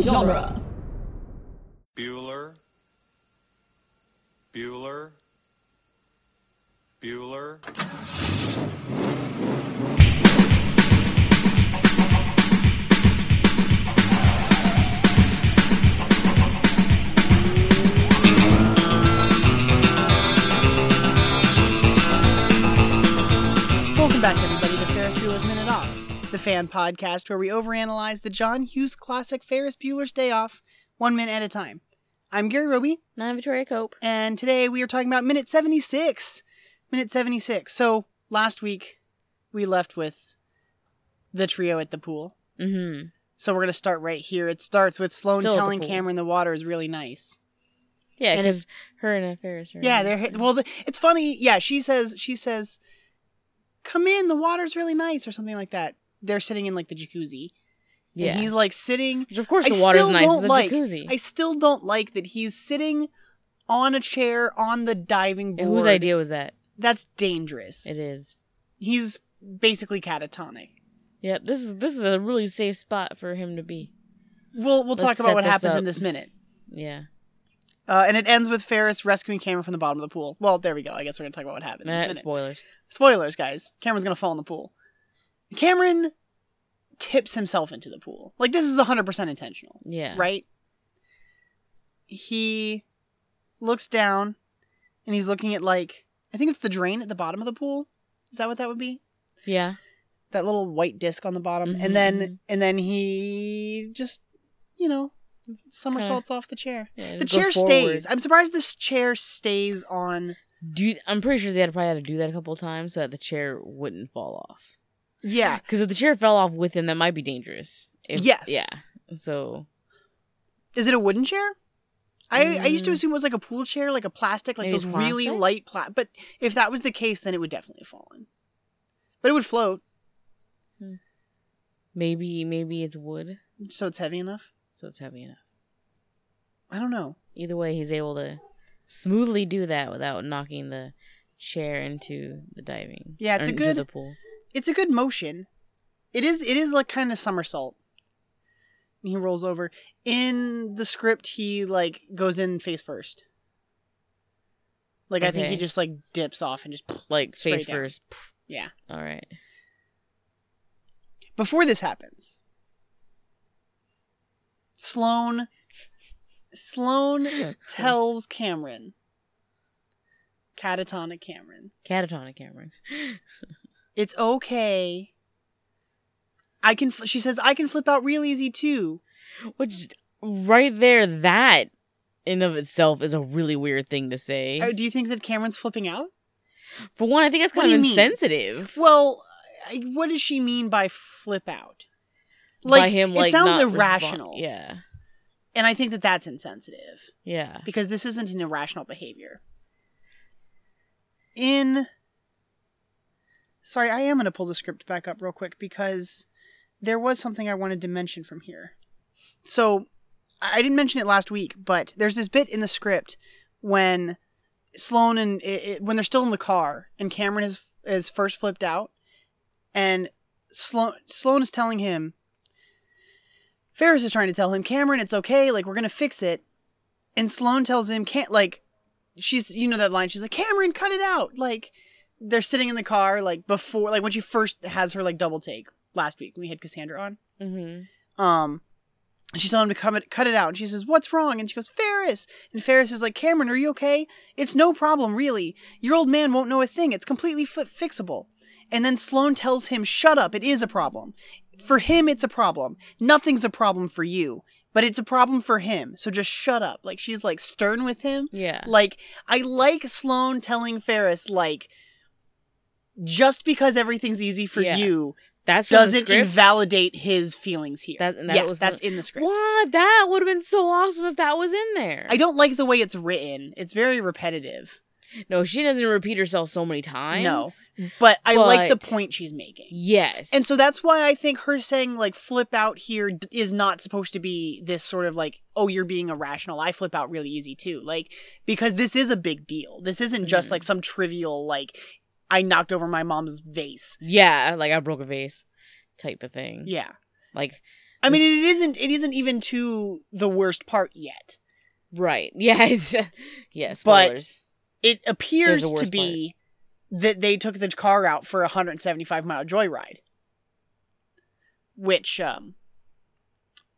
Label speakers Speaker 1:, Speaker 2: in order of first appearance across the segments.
Speaker 1: genre.
Speaker 2: Bueller. Bueller. Bueller.
Speaker 3: Welcome back, everybody, to Ferris Bueller's Minute Off, the fan podcast where we overanalyze the John Hughes classic Ferris Bueller's Day Off, one minute at a time. I'm Gary Roby,
Speaker 4: Not a Victoria Cope.
Speaker 3: and today we are talking about minute 76. Minute 76. So last week we left with the trio at the pool.
Speaker 4: Mm-hmm.
Speaker 3: So we're going to start right here. It starts with Sloan
Speaker 4: Still at the
Speaker 3: telling
Speaker 4: pool.
Speaker 3: Cameron the water is really nice.
Speaker 4: Yeah,
Speaker 3: And
Speaker 4: because her and a Ferris. Are
Speaker 3: Yeah, they're well. The, it's funny. Yeah, she says she says, "Come in, the water's really nice," or something like that. They're sitting in like the jacuzzi, and
Speaker 4: yeah.
Speaker 3: he's like sitting.
Speaker 4: Which of course
Speaker 3: I
Speaker 4: the water's
Speaker 3: still
Speaker 4: nice. It's
Speaker 3: don't
Speaker 4: a
Speaker 3: like.
Speaker 4: jacuzzi.
Speaker 3: I still don't like that he's sitting on a chair on the diving
Speaker 4: Yeah,
Speaker 3: board.
Speaker 4: whose idea was that?
Speaker 3: That's dangerous.
Speaker 4: It is.
Speaker 3: He's basically catatonic.
Speaker 4: Yeah, this is this is a really safe spot for him to be.
Speaker 3: We'll we'll
Speaker 4: Let's
Speaker 3: talk about
Speaker 4: set
Speaker 3: what
Speaker 4: this
Speaker 3: happens
Speaker 4: up.
Speaker 3: in this minute.
Speaker 4: Yeah.
Speaker 3: Uh, and it ends with Ferris rescuing Cameron from the bottom of the pool. Well, there we go. I guess we're gonna talk about what happened. in this
Speaker 4: Eh,
Speaker 3: minute.
Speaker 4: spoilers.
Speaker 3: Spoilers, guys. Cameron's gonna fall in the pool. Cameron tips himself into the pool. Like this is 100% intentional,
Speaker 4: Yeah.
Speaker 3: right? He looks down and he's looking at like I think it's the drain at the bottom of the pool. Is that what that would be?
Speaker 4: Yeah.
Speaker 3: That little white disc on the bottom.
Speaker 4: Mhm,
Speaker 3: And then
Speaker 4: mhm.
Speaker 3: and then he just, you know, somersaults off the chair.
Speaker 4: Yeah, it
Speaker 3: The
Speaker 4: goes
Speaker 3: chair
Speaker 4: forward.
Speaker 3: stays. I'm surprised this chair stays on.
Speaker 4: Do you- I'm pretty sure they had probably had to do that a couple of times so that the chair wouldn't fall off.
Speaker 3: Yeah.
Speaker 4: Because if the chair fell off with him, that might be dangerous. If-
Speaker 3: Yes.
Speaker 4: Yeah. So
Speaker 3: Is it a wooden chair? I, I used to
Speaker 4: Mm.
Speaker 3: assume it was like a pool chair, like a plastic, like
Speaker 4: Maybe
Speaker 3: those
Speaker 4: it's
Speaker 3: really
Speaker 4: plastic?
Speaker 3: light pla But if that was the case, then it would definitely have fallen. But it would float,
Speaker 4: maybe maybe it's wood,
Speaker 3: so it's heavy enough.
Speaker 4: so it's heavy enough.
Speaker 3: I don't know.
Speaker 4: Either way, he's able to smoothly do that without knocking the chair into the diving.
Speaker 3: Yeah, it's a
Speaker 4: or into
Speaker 3: good-
Speaker 4: the pool.
Speaker 3: It's a good motion. It is. It is like kind of somersault. And He rolls over. In the script, he like goes in face first. Like I think he
Speaker 4: Okay.
Speaker 3: just like dips off and just.
Speaker 4: Like
Speaker 3: Straight
Speaker 4: face
Speaker 3: down.
Speaker 4: first. Pff,
Speaker 3: Yeah.
Speaker 4: All right.
Speaker 3: before this happens sloan sloan tells cameron catatonic cameron
Speaker 4: Catatonic Cameron.
Speaker 3: it's okay i can fl- she says i can flip out real easy too
Speaker 4: Which right there, that in of itself is a really weird thing to say.
Speaker 3: Uh, do you think that cameron's flipping out
Speaker 4: For one, I think that's
Speaker 3: What
Speaker 4: kind
Speaker 3: do
Speaker 4: of
Speaker 3: you mean?
Speaker 4: insensitive.
Speaker 3: well I, what does she mean by flip out
Speaker 4: by
Speaker 3: like it sounds
Speaker 4: not respon-
Speaker 3: irrational
Speaker 4: yeah.
Speaker 3: and i think that that's insensitive
Speaker 4: Yeah.
Speaker 3: because this isn't an irrational behavior. In Sorry, I am going to pull the script back up real quick because there was something I wanted to mention from here. So, I I didn't mention it last week, but there's this bit in the script when Sloan and i i when they're still in the car and Cameron is is first flipped out and Sloan Sloan is telling him Ferris is trying to tell him, Cameron, it's okay, like we're going to fix it. And Sloan tells him, can't like, she's, you know, that line. She's like, Cameron, cut it out. Like, they're sitting in the car, like, before, like, when she first has her, like, double take last week when we had Cassandra on.
Speaker 4: Mm-hmm.
Speaker 3: Um, she's telling him to come it, cut it out. And she says, What's wrong? And she goes, Ferris. And Ferris is like, Cameron, are you okay? It's no problem, really. Your old man won't know a thing. It's completely fi- fixable. And then Sloan tells him, Shut up. It is a problem. For him, it's a problem. Nothing's a problem for you, but it's a problem for him. So just shut up. Like, she's like stern with him.
Speaker 4: Yeah.
Speaker 3: Like, I like Sloan telling Ferris, like, just because everything's easy for
Speaker 4: Yeah.
Speaker 3: you
Speaker 4: That's from the
Speaker 3: doesn't
Speaker 4: script?
Speaker 3: invalidate his feelings here.
Speaker 4: That- and that
Speaker 3: yeah,
Speaker 4: was
Speaker 3: that's in the script.
Speaker 4: Wow, that would have been so awesome if that was in there.
Speaker 3: I don't like the way it's written. It's very repetitive,
Speaker 4: No, she doesn't repeat herself so many times.
Speaker 3: but I like the
Speaker 4: But-
Speaker 3: point she's making.
Speaker 4: Yes.
Speaker 3: And so that's why I think her saying like flip out here d- is not supposed to be this sort of like oh you're being irrational. I flip out really easy too. Like because this is a big deal. This isn't just
Speaker 4: Mhm.
Speaker 3: like some trivial like I knocked over my mom's vase.
Speaker 4: Mm. yeah, like I broke a vase type of thing.
Speaker 3: Yeah.
Speaker 4: Like
Speaker 3: I mean, it isn't. It isn't even to the worst part yet.
Speaker 4: Right. Yeah. It's, yeah.
Speaker 3: But-
Speaker 4: Spoilers.
Speaker 3: It appears to
Speaker 4: worst
Speaker 3: be that they took the car out for a 175 mile joyride, which um,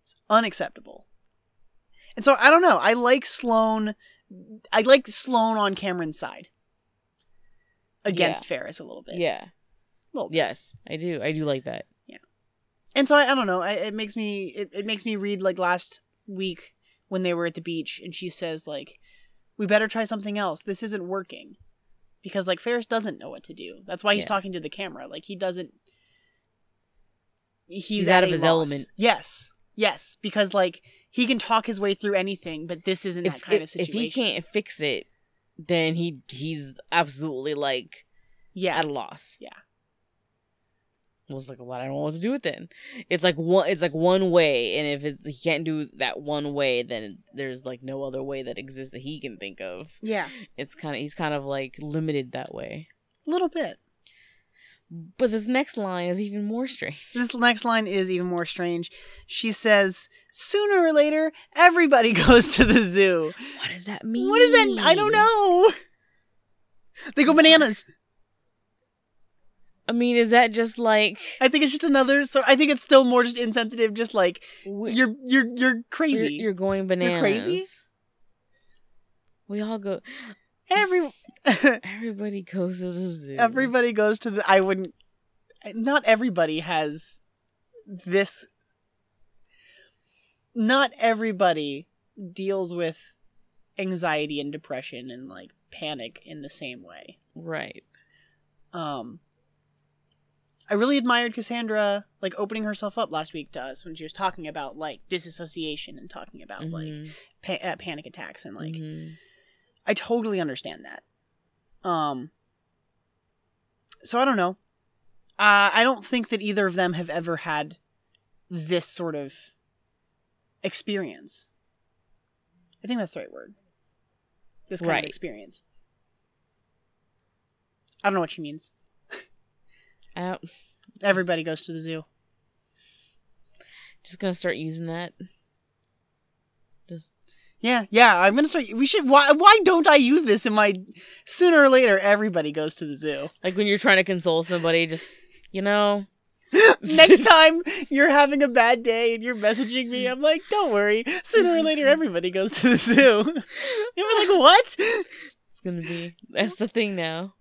Speaker 3: is unacceptable. And so I don't know. I like Sloane. I like Sloane on Cameron's side against Ferris a little bit.
Speaker 4: yeah.
Speaker 3: Little bit.
Speaker 4: Yes, I do. I do like that.
Speaker 3: and so I, I don't know I, it makes me it, it makes me read like last week when they were at the beach and she says like we better try something else this isn't working because like ferris doesn't know what to do that's why he's
Speaker 4: Yeah.
Speaker 3: talking to the camera like he doesn't he's,
Speaker 4: He's
Speaker 3: at
Speaker 4: out of
Speaker 3: a
Speaker 4: his
Speaker 3: loss.
Speaker 4: element.
Speaker 3: yes yes because like he can talk his way through anything but this isn't that kind of situation
Speaker 4: he can't fix it, then he he's absolutely like
Speaker 3: yeah
Speaker 4: at a loss.
Speaker 3: Yeah.
Speaker 4: Was like, well, I don't know what to do with it. It's like one. It's like one way, and if it's he can't do that one way, then there's like no other way that exists that he can think of.
Speaker 3: yeah
Speaker 4: It's kind of he's kind of like limited that way.
Speaker 3: a little bit
Speaker 4: But this next line is even more strange.
Speaker 3: This next line is even more strange. She says, "Sooner or later, everybody goes to the zoo."
Speaker 4: What does that mean?
Speaker 3: What is that? I don't know. They go bananas.
Speaker 4: I mean, is that just like
Speaker 3: I think it's just another. So I think it's still more just insensitive. Just like
Speaker 4: w-
Speaker 3: you're you're you're crazy.
Speaker 4: You're, you're going bananas.
Speaker 3: crazy?
Speaker 4: We all go.
Speaker 3: Every
Speaker 4: Everybody goes to the zoo.
Speaker 3: everybody goes to the. I wouldn't. Not everybody has this. Not everybody deals with anxiety and depression and like panic in the same way.
Speaker 4: Right.
Speaker 3: um i really admired cassandra like opening herself up last week to us when she was talking about like disassociation and talking about like
Speaker 4: Mhm,
Speaker 3: pa- uh, panic attacks and like
Speaker 4: mhm.
Speaker 3: i totally understand that um so i don't know uh, i don't think that either of them have ever had this sort of experience i think that's the right word this kind
Speaker 4: Right.
Speaker 3: of experience i don't know what she means
Speaker 4: I don't-
Speaker 3: Everybody goes to the zoo.
Speaker 4: just gonna start using that. Just
Speaker 3: Yeah, yeah. I'm gonna start. We should. Why? Why don't I use this in my? Sooner or later, everybody goes to the zoo.
Speaker 4: like when you're trying to console somebody, just you know,
Speaker 3: Next time you're having a bad day and you're messaging me, I'm like, don't worry. Sooner or later, everybody goes to the zoo. You'll be like, what?
Speaker 4: it's gonna be that's the thing now.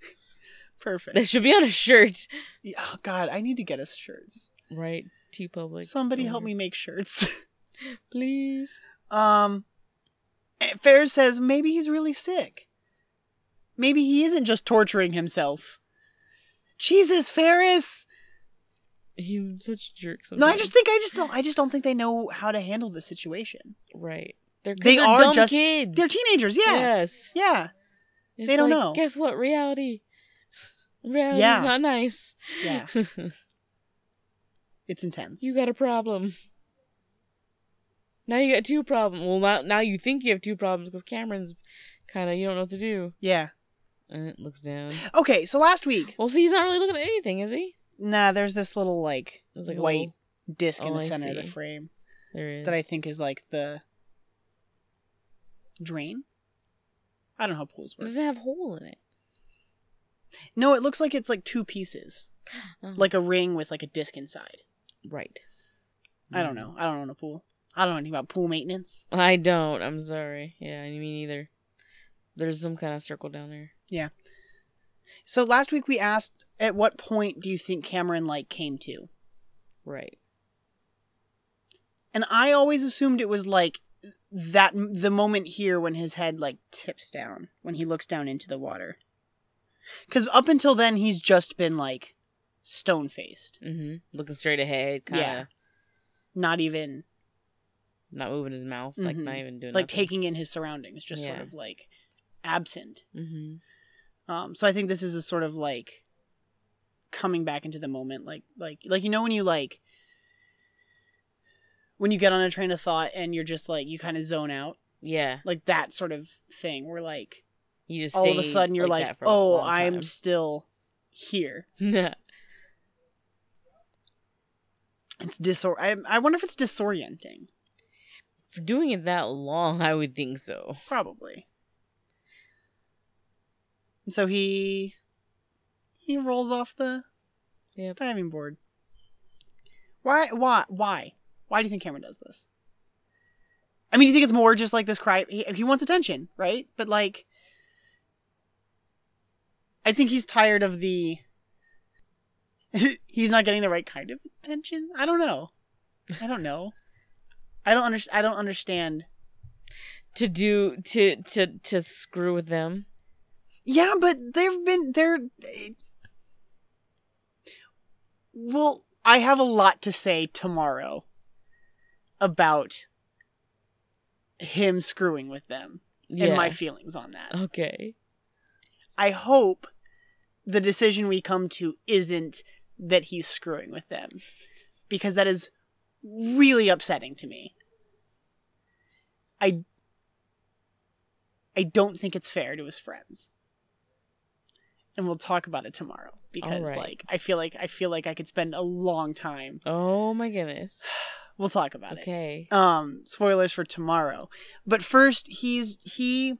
Speaker 4: That
Speaker 3: Perfect.
Speaker 4: should be on a shirt,
Speaker 3: Yeah, Oh God, I need to get us shirts.
Speaker 4: right? T public.
Speaker 3: Somebody help me make shirts.
Speaker 4: please.
Speaker 3: Um, Ferris says maybe he's really sick. Maybe he isn't just torturing himself. Jesus, Ferris.
Speaker 4: He's such a jerk. Sometimes.
Speaker 3: No, I just think I just don't. I just don't think they know how to handle the situation.
Speaker 4: right. They're 'cause
Speaker 3: They
Speaker 4: they're
Speaker 3: are
Speaker 4: dumb
Speaker 3: just-
Speaker 4: kids.
Speaker 3: They're teenagers. Yeah,
Speaker 4: Yes.
Speaker 3: yeah,
Speaker 4: It's
Speaker 3: They don't
Speaker 4: like,
Speaker 3: know.
Speaker 4: Guess what? Reality. Reality's
Speaker 3: Yeah.
Speaker 4: not nice.
Speaker 3: yeah. It's intense.
Speaker 4: you got a problem. Now you got two problems. Well, now now you think you have two problems because Cameron's kind of you don't know what to do.
Speaker 3: yeah.
Speaker 4: Uh, looks down.
Speaker 3: Okay. So last week,
Speaker 4: Well, see, he's not really looking at anything, is he?
Speaker 3: nah. There's this little like,
Speaker 4: There's like a
Speaker 3: white
Speaker 4: little-
Speaker 3: disc in
Speaker 4: Oh,
Speaker 3: the
Speaker 4: I
Speaker 3: center of the
Speaker 4: see.
Speaker 3: frame
Speaker 4: There is
Speaker 3: that I think is like the drain. I don't know how pools
Speaker 4: It
Speaker 3: work.
Speaker 4: doesn't have a hole in it.
Speaker 3: No, it looks like it's like two pieces,
Speaker 4: Oh.
Speaker 3: like a ring with like a disc inside.
Speaker 4: Right.
Speaker 3: I don't know.
Speaker 4: Mm.
Speaker 3: I don't own a pool. I don't know anything about pool maintenance.
Speaker 4: I don't. I'm sorry. Yeah, I mean either. There's some kind of circle down there.
Speaker 3: So last week we asked at what point do you think Cameron like came to?
Speaker 4: Right.
Speaker 3: And I always assumed it was like that the moment here when his head like tips down when he looks down into the water. Cuz up until then he's just been like stone-faced,
Speaker 4: Mm-hmm. Looking straight ahead, kind of
Speaker 3: Yeah. not even
Speaker 4: not moving his mouth, like not
Speaker 3: Mhm.
Speaker 4: even doing
Speaker 3: like taking in his surroundings, just sort
Speaker 4: Yeah.
Speaker 3: of like absent.
Speaker 4: Mm-hmm.
Speaker 3: Um so I think this is a sort of like coming back into the moment like like like you know when you like when you get on a train of thought and you're just like you kind of zone out
Speaker 4: Yeah.
Speaker 3: like that sort of thing where like
Speaker 4: You just
Speaker 3: all of a
Speaker 4: stay
Speaker 3: sudden you're like,
Speaker 4: that for a
Speaker 3: oh
Speaker 4: long
Speaker 3: i'm
Speaker 4: time."
Speaker 3: still here It's disor. I, I wonder if it's disorienting.
Speaker 4: For doing it that long, I would think so.
Speaker 3: Probably. And so he he rolls off the
Speaker 4: Yep.
Speaker 3: diving board. Why why why? Why do you think Cameron does this? I mean, do you think it's more just like this cry he, he wants attention, right? But like I think he's tired of the he's not getting the right kind of attention. I don't know. I don't know. I don't understand I don't understand
Speaker 4: To do to to to screw with them.
Speaker 3: Yeah, but they've been they're. Well, I have a lot to say tomorrow about him screwing with them and my feelings on that.
Speaker 4: okay.
Speaker 3: I hope the decision we come to isn't that he's screwing with them because that is really upsetting to me. I I don't think it's fair to his friends. And we'll talk about it tomorrow because
Speaker 4: right.
Speaker 3: like I feel like I feel like I could spend a long time.
Speaker 4: Oh my goodness.
Speaker 3: We'll talk about it
Speaker 4: Okay.
Speaker 3: um spoilers for tomorrow but first he's he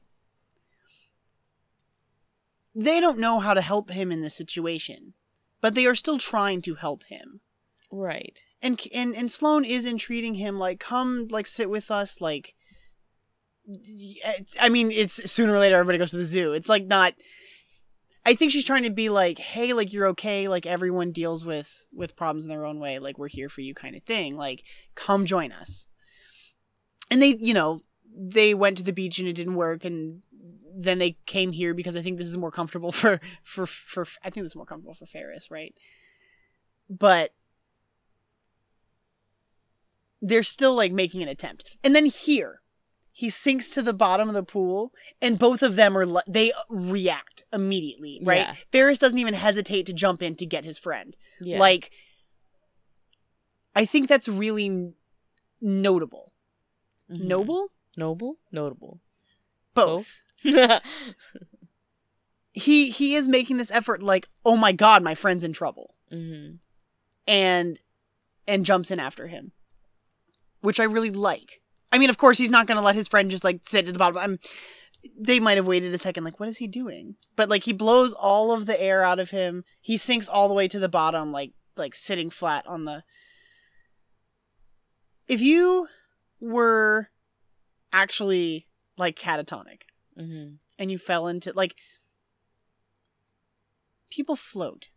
Speaker 3: they don't know how to help him in this situation but they are still trying to help him
Speaker 4: Right.
Speaker 3: and and and Sloane is entreating him like come like sit with us like it's, I mean it's sooner or later everybody goes to the zoo it's like not I think she's trying to be like hey like you're okay like everyone deals with with problems in their own way like we're here for you kind of thing like come join us and they you know they went to the beach and it didn't work and then they came here because I think this is more comfortable for for for I think this is more comfortable for Ferris right but they're still like making an attempt. And then here, he sinks to the bottom of the pool, and both of them are li- they react immediately, right?
Speaker 4: Yeah.
Speaker 3: Ferris doesn't even hesitate to jump in to get his friend.
Speaker 4: Yeah.
Speaker 3: Like, I think that's really n- notable.
Speaker 4: Mhm.
Speaker 3: Noble?
Speaker 4: Noble? Notable.
Speaker 3: Both. He he is making this effort like, oh my god, my friend's in trouble.
Speaker 4: hmm
Speaker 3: and and jumps in after him, which I really like. I mean, of course, he's not going to let his friend just like sit at the bottom. I'm, they might have waited a second, like, what is he doing? But like, he blows all of the air out of him. He sinks all the way to the bottom, like like sitting flat on the. If you were actually like catatonic
Speaker 4: hmm
Speaker 3: and you fell into like people float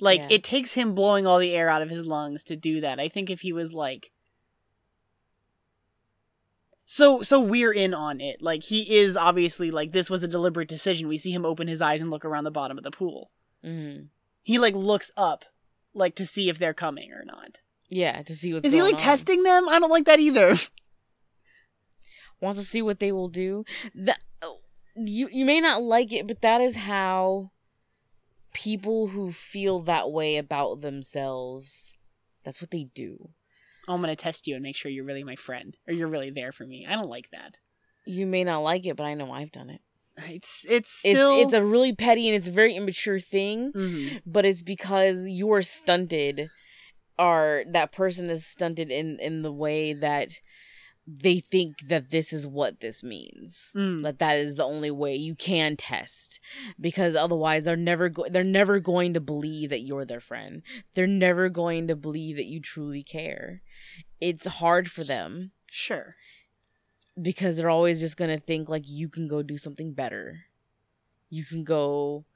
Speaker 3: like
Speaker 4: Yeah.
Speaker 3: it takes him blowing all the air out of his lungs to do that i think if he was like so so we're in on it like he is obviously like this was a deliberate decision we see him open his eyes and look around the bottom of the pool
Speaker 4: hmm
Speaker 3: he like looks up like to see if they're coming or not
Speaker 4: Yeah, to see what's
Speaker 3: is he
Speaker 4: going
Speaker 3: like
Speaker 4: on.
Speaker 3: testing them i don't like that either
Speaker 4: Wants to see what they will do. That you you may not like it, but that is how people who feel that way about themselves. That's what they do.
Speaker 3: Oh, i'm gonna test you and make sure you're really my friend or you're really there for me i don't like that
Speaker 4: You may not like it, but I know I've done it.
Speaker 3: It's it's still
Speaker 4: It's it's a really petty and it's a very immature thing.
Speaker 3: Mhm.
Speaker 4: but it's because you are stunted or that person is stunted in in the way that they think that this is what this means
Speaker 3: Mm.
Speaker 4: that that is the only way you can test because otherwise they're never go- they're never going to believe that you're their friend they're never going to believe that you truly care it's hard for them
Speaker 3: sure.
Speaker 4: because they're always just going to think like you can go do something better. You can go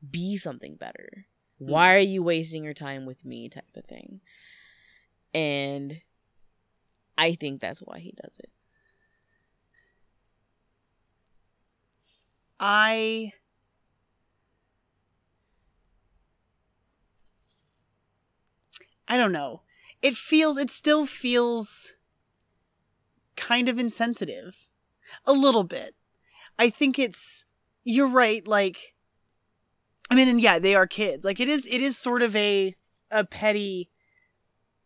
Speaker 4: be something better. Why are you wasting your time with me type of thing. And I think that's why he does it.
Speaker 3: I I don't know. It feels it still feels kind of insensitive. A little bit. I think it's you're right like I mean and yeah, they are kids. Like it is it is sort of a a petty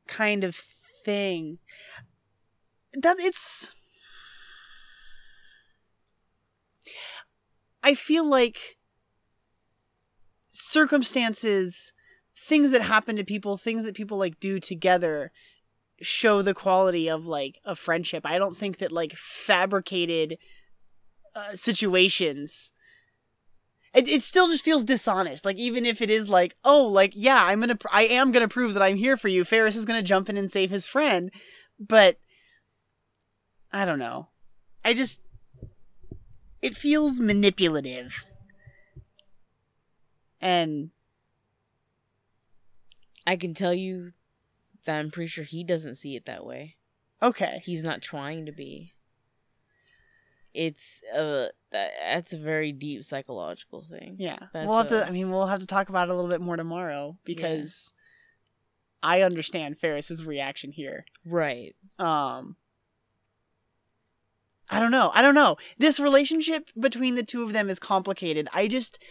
Speaker 3: kind of thing. That it's I feel like circumstances, things that happen to people, things that people like do together show the quality of like a friendship. I don't think that like fabricated uh, situations it, it still just feels dishonest. Like even if it is like, oh, like yeah, I'm gonna, pr- I am gonna prove that I'm here for you. Ferris is gonna jump in and save his friend, but I don't know. I just, it feels manipulative, and
Speaker 4: I can tell you that I'm pretty sure he doesn't see it that way.
Speaker 3: okay,
Speaker 4: He's not trying to be. It's a that, that's a very deep psychological thing.
Speaker 3: yeah.
Speaker 4: That's
Speaker 3: we'll have to.
Speaker 4: a-
Speaker 3: I mean, we'll have to talk about it a little bit more tomorrow because I understand Ferris's reaction here.
Speaker 4: Right.
Speaker 3: um i don't know i don't know this relationship between the two of them is complicated i just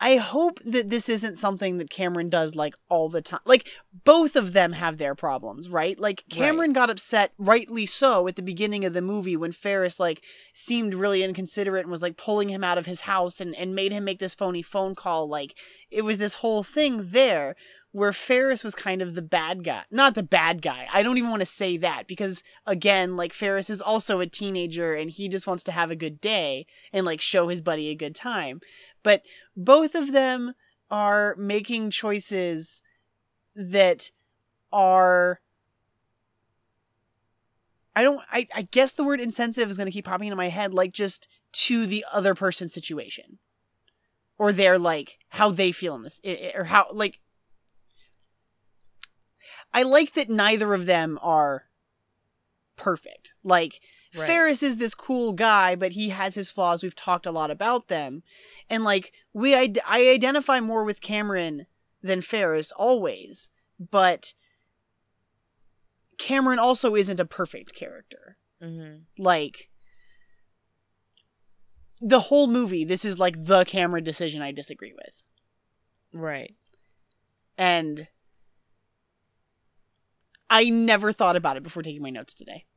Speaker 3: i hope that this isn't something that cameron does like all the time like both of them have their problems right like cameron got upset rightly so at the beginning of the movie when ferris like seemed really inconsiderate and was like pulling him out of his house and, and made him make this phony phone call like it was this whole thing there where Ferris was kind of the bad guy. Not the bad guy. I don't even want to say that because again, like Ferris is also a teenager and he just wants to have a good day and like show his buddy a good time. But both of them are making choices that are I don't I, I guess the word insensitive is gonna keep popping into my head, like just to the other person's situation. Or their like how they feel in this i- i- or how like I like that neither of them are perfect. Like
Speaker 4: Right.
Speaker 3: Ferris is this cool guy, but he has his flaws. We've talked a lot about them, and like we, id- I identify more with Cameron than Ferris always, but Cameron also isn't a perfect character
Speaker 4: Mm-hmm.
Speaker 3: like the whole movie this is like the camera decision i disagree with
Speaker 4: Right.
Speaker 3: and i never thought about it before taking my notes today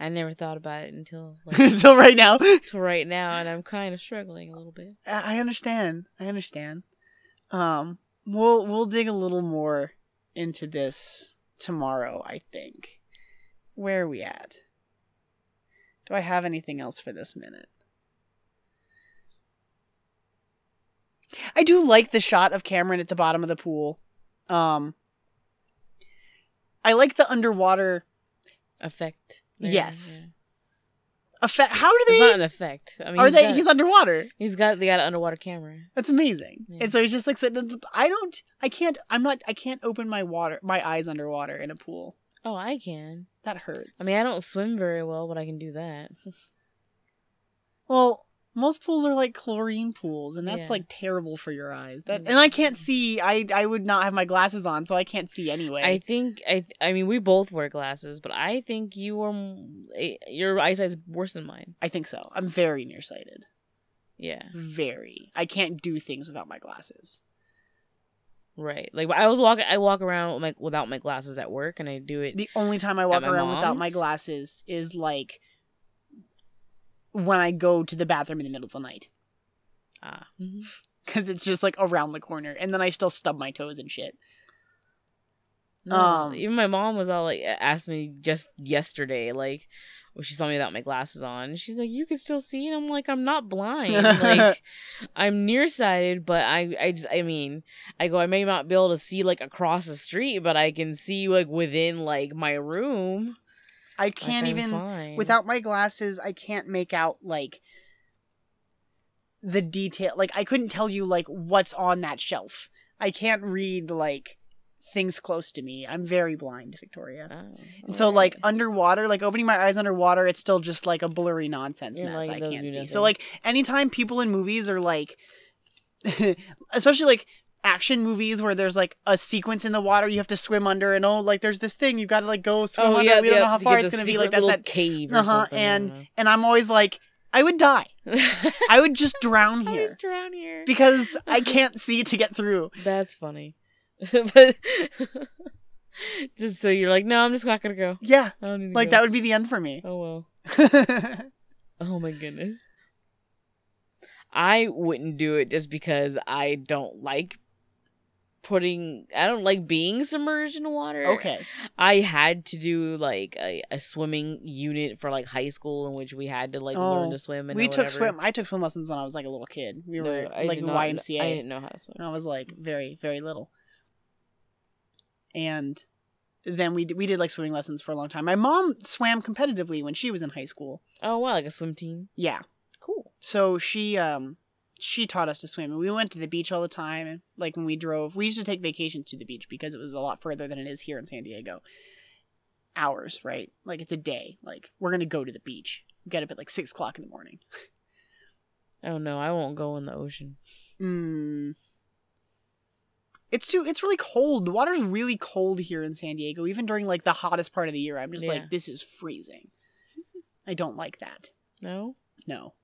Speaker 4: I never thought about it until like
Speaker 3: until right now
Speaker 4: till right now, and I'm kind of struggling a little bit.
Speaker 3: i I understand i understand um we'll we'll dig a little more into this tomorrow i think where are we at do i have anything else for this minute I do like the shot of Cameron at the bottom of the pool. Um I like the underwater
Speaker 4: Effect. there,
Speaker 3: Yes.
Speaker 4: yeah.
Speaker 3: effect. How do
Speaker 4: It's not
Speaker 3: they
Speaker 4: an effect. I mean,
Speaker 3: are
Speaker 4: he's
Speaker 3: they
Speaker 4: got-
Speaker 3: he's underwater?
Speaker 4: he's got they got an underwater camera.
Speaker 3: That's amazing.
Speaker 4: Yeah.
Speaker 3: And so he's just like sitting at the, I don't I can't I'm not I can't open my water my eyes underwater in a pool.
Speaker 4: Oh, I can.
Speaker 3: That hurts.
Speaker 4: I mean, I don't swim very well, but I can do that.
Speaker 3: well, most pools are like chlorine pools and that's
Speaker 4: Yeah.
Speaker 3: like terrible for your eyes. That
Speaker 4: Mm,
Speaker 3: and I
Speaker 4: that's-
Speaker 3: can't see. I I would not have my glasses on so I can't see anyway.
Speaker 4: I think I. Th- I mean, we both wear glasses, but I think you are m- eh, your eyesight's worse than mine.
Speaker 3: I think so. I'm very nearsighted.
Speaker 4: Yeah,
Speaker 3: Very. I can't do things without my glasses.
Speaker 4: right. Like I was walking, I walk around with my, without my glasses at work, and I do it.
Speaker 3: the only time I walk
Speaker 4: my
Speaker 3: around without
Speaker 4: mom's?
Speaker 3: my glasses is like when I go to the bathroom in the middle of the night
Speaker 4: Ah,
Speaker 3: Mm-hmm. because it's just like around the corner, and then I still stub my toes and shit.
Speaker 4: No,
Speaker 3: Um,
Speaker 4: even my mom was all like, asked me just yesterday, like. when She saw me without my glasses on. and She's like, "You can still see," and I'm like, "I'm not blind. Like, I'm nearsighted, but I, I just, I mean, I go, I may not be able to see like across the street, but I can see like within like my room.
Speaker 3: I
Speaker 4: Like,
Speaker 3: can't
Speaker 4: I'm
Speaker 3: even
Speaker 4: fine.
Speaker 3: without my glasses. I can't make out like the detail. Like I couldn't tell you like what's on that shelf. I can't read like things close to me. I'm very blind, Victoria.
Speaker 4: Oh,
Speaker 3: And so, like underwater, like opening my eyes underwater, it's still just like a blurry nonsense
Speaker 4: Yeah,
Speaker 3: mess.
Speaker 4: like, it
Speaker 3: I
Speaker 4: doesn't
Speaker 3: can't
Speaker 4: do
Speaker 3: see.
Speaker 4: nothing.
Speaker 3: So, like anytime people in movies are like, especially like action movies where there's like a sequence in the water you have to swim under, and oh, like there's this thing you've got to like go swim
Speaker 4: oh
Speaker 3: under.
Speaker 4: yeah,
Speaker 3: uh, we don't
Speaker 4: yeah,
Speaker 3: know how
Speaker 4: to
Speaker 3: far
Speaker 4: get
Speaker 3: it's
Speaker 4: the
Speaker 3: gonna be.
Speaker 4: secret
Speaker 3: Like that's
Speaker 4: little
Speaker 3: that.
Speaker 4: cave. Or
Speaker 3: Uh-huh,
Speaker 4: something,
Speaker 3: and-
Speaker 4: I
Speaker 3: And I'm always like, I would die.
Speaker 4: don't know.
Speaker 3: I would just drown
Speaker 4: I
Speaker 3: here
Speaker 4: was drowned here.
Speaker 3: because I can't see to get through.
Speaker 4: That's funny, but just so you're like, no, I'm just not gonna go.
Speaker 3: Yeah,
Speaker 4: I don't need to
Speaker 3: like
Speaker 4: go."
Speaker 3: that would be the end for me.
Speaker 4: Oh well. Oh my goodness. I wouldn't do it just because I don't like putting I don't like being submerged in water.
Speaker 3: Okay.
Speaker 4: I had to do like a, a swimming unit for like high school in which we had to like learn
Speaker 3: Oh,
Speaker 4: to swim and
Speaker 3: we
Speaker 4: or
Speaker 3: took
Speaker 4: whatever.
Speaker 3: swim. I took swim lessons when I was like a little kid. We
Speaker 4: No,
Speaker 3: were
Speaker 4: I
Speaker 3: like
Speaker 4: did
Speaker 3: in
Speaker 4: not-
Speaker 3: YMCA.
Speaker 4: I didn't know how to swim.
Speaker 3: and I was like very very little. And then we d- we did like swimming lessons for a long time. My mom swam competitively when she was in high school.
Speaker 4: Oh wow, like a swim team.
Speaker 3: Yeah.
Speaker 4: Cool.
Speaker 3: So she um she taught us to swim and we went to the beach all the time and like when we drove we used to take vacations to the beach because it was a lot further than it is here in San Diego. Hours, right? Like it's a day. Like we're gonna go to the beach. Get up at like six o'clock in the morning.
Speaker 4: Oh no, I won't go in the ocean.
Speaker 3: Mm. It's too. It's really cold. The water's really cold here in San Diego, even during like the hottest part of the year. I'm just
Speaker 4: Yeah.
Speaker 3: like, this is freezing. I don't like that.
Speaker 4: No,
Speaker 3: No,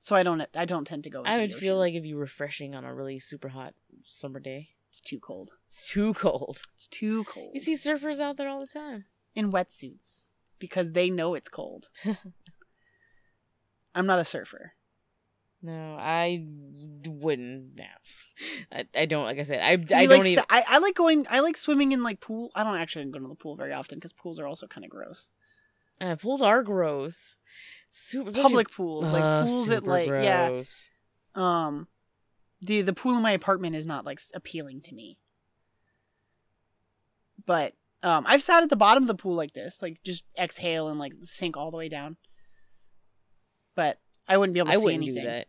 Speaker 3: so I don't. I don't tend to go. Into
Speaker 4: I would
Speaker 3: the
Speaker 4: feel
Speaker 3: ocean.
Speaker 4: like it'd be refreshing on a really super hot summer day.
Speaker 3: it's too cold.
Speaker 4: It's too cold.
Speaker 3: It's too cold.
Speaker 4: You see surfers out there all the time.
Speaker 3: in wetsuits because they know it's cold. I'm not a surfer.
Speaker 4: No, I d- wouldn't. No. I, I don't. Like I said, I, I
Speaker 3: You,
Speaker 4: don't
Speaker 3: like,
Speaker 4: even.
Speaker 3: s- I, I like going. I like swimming in like pool. I don't actually go to the pool very often because pools are also kind of gross.
Speaker 4: Uh, pools are gross. Super
Speaker 3: Public pools,
Speaker 4: Uh,
Speaker 3: like pools at like yeah,
Speaker 4: yeah.
Speaker 3: um the the pool in my apartment is not like s- appealing to me but um i've sat at the bottom of the pool like this like just exhale and like sink all the way down but i wouldn't be able to
Speaker 4: I
Speaker 3: see
Speaker 4: wouldn't
Speaker 3: anything
Speaker 4: do that.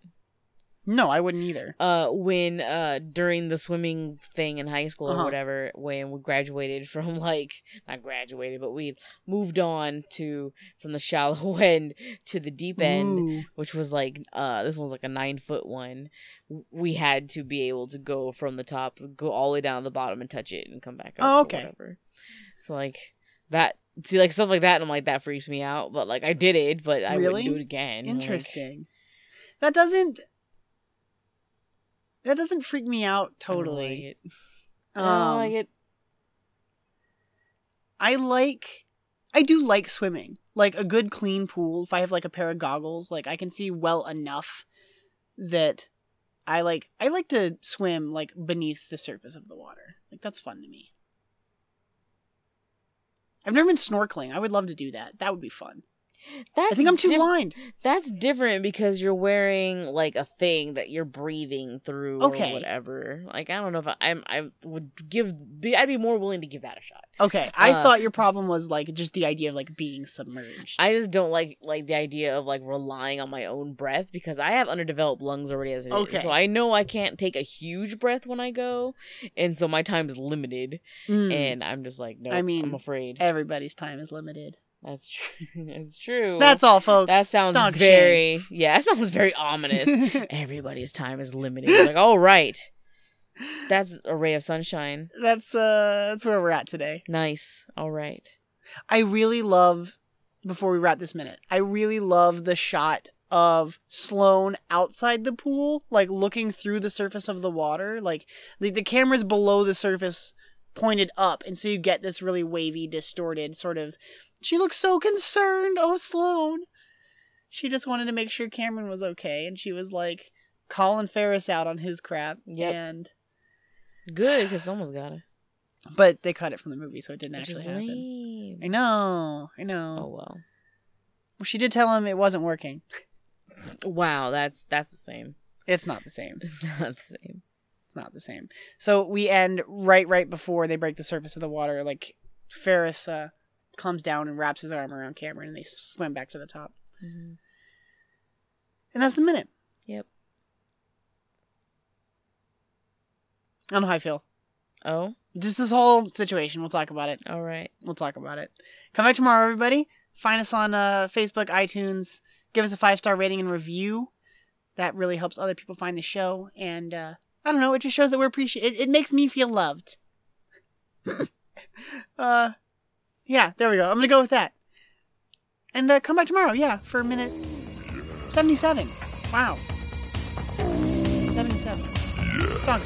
Speaker 3: no i wouldn't either
Speaker 4: Uh, when uh during the swimming thing in high school
Speaker 3: Uh-huh.
Speaker 4: or whatever, when we graduated from like not graduated, but we moved on to from the shallow end to the deep end.
Speaker 3: Ooh.
Speaker 4: which was like uh this one's like a nine foot one w- we had to be able to go from the top go all the way down to the bottom and touch it and come back up
Speaker 3: Oh,
Speaker 4: or
Speaker 3: okay.
Speaker 4: whatever. so like that see like stuff like that i'm like that freaks me out but like i did it but i
Speaker 3: Really?
Speaker 4: wouldn't do it again like-
Speaker 3: interesting that doesn't that doesn't freak me out
Speaker 4: I don't
Speaker 3: totally
Speaker 4: like it.
Speaker 3: um,
Speaker 4: Oh, I don't like it.
Speaker 3: I like I do like swimming. Like a good clean pool, if I have like a pair of goggles, like I can see well enough that I like I like to swim like beneath the surface of the water. Like that's fun to me. I've never been snorkeling. I would love to do that. That would be fun.
Speaker 4: That's
Speaker 3: I think I'm too
Speaker 4: diff-
Speaker 3: blind.
Speaker 4: That's different because you're wearing like a thing that you're breathing through
Speaker 3: Okay.
Speaker 4: or whatever. Like I don't know if I, I'm I would give be, I'd be more willing to give that a shot.
Speaker 3: Okay, I
Speaker 4: Uh,
Speaker 3: thought your problem was like just the idea of like being submerged.
Speaker 4: I just don't like like the idea of like relying on my own breath because I have underdeveloped lungs already as it is.
Speaker 3: Okay.
Speaker 4: So I know I can't take a huge breath when I go, and so my time is limited.
Speaker 3: Mm,
Speaker 4: And I'm just like, no,
Speaker 3: I
Speaker 4: I
Speaker 3: mean, eh.
Speaker 4: mean, I'm afraid.
Speaker 3: everybody's time is limited.
Speaker 4: That's true. That's true.
Speaker 3: That's all, folks.
Speaker 4: that sounds
Speaker 3: Dog shit.
Speaker 4: very yeah. That sounds very ominous. Everybody's time is limited. Like, all right, that's a ray of sunshine.
Speaker 3: that's uh that's where we're at today.
Speaker 4: Nice. All right.
Speaker 3: I really love before we wrap this minute. I really love the shot of Sloane outside the pool, like looking through the surface of the water, like the, the camera's below the surface pointed up and so you get this really wavy distorted sort of she looks so concerned, oh Sloane. She just wanted to make sure Cameron was okay and she was like calling Ferris out on his crap
Speaker 4: Yep.
Speaker 3: and
Speaker 4: Good because someone's got it.
Speaker 3: but they cut it from the movie so it didn't
Speaker 4: Which
Speaker 3: actually
Speaker 4: is
Speaker 3: happen. I
Speaker 4: lame.
Speaker 3: know, I know.
Speaker 4: Oh well.
Speaker 3: Well, she did tell him it wasn't working.
Speaker 4: Wow. That's that's the same.
Speaker 3: It's not the same.
Speaker 4: It's not the same.
Speaker 3: It's not the same. So we end right, right before they break the surface of the water. Like Ferris uh, comes down and wraps his arm around Cameron, and they swim back to the top. Mm-hmm. And that's the minute.
Speaker 4: Yep.
Speaker 3: I don't know how I feel.
Speaker 4: Oh,
Speaker 3: Just this whole situation. We'll talk about it.
Speaker 4: all right.
Speaker 3: We'll talk about it. Come back tomorrow, everybody. Find us on uh, Facebook, iTunes. Give us a five star rating and review. That really helps other people find the show. And uh, I don't know, it just shows that we're appreciated. It, it makes me feel loved. uh, yeah, there we go. I'm going to go with that. And uh, come back tomorrow, yeah, for a minute. 77. Wow. 77. Fuck.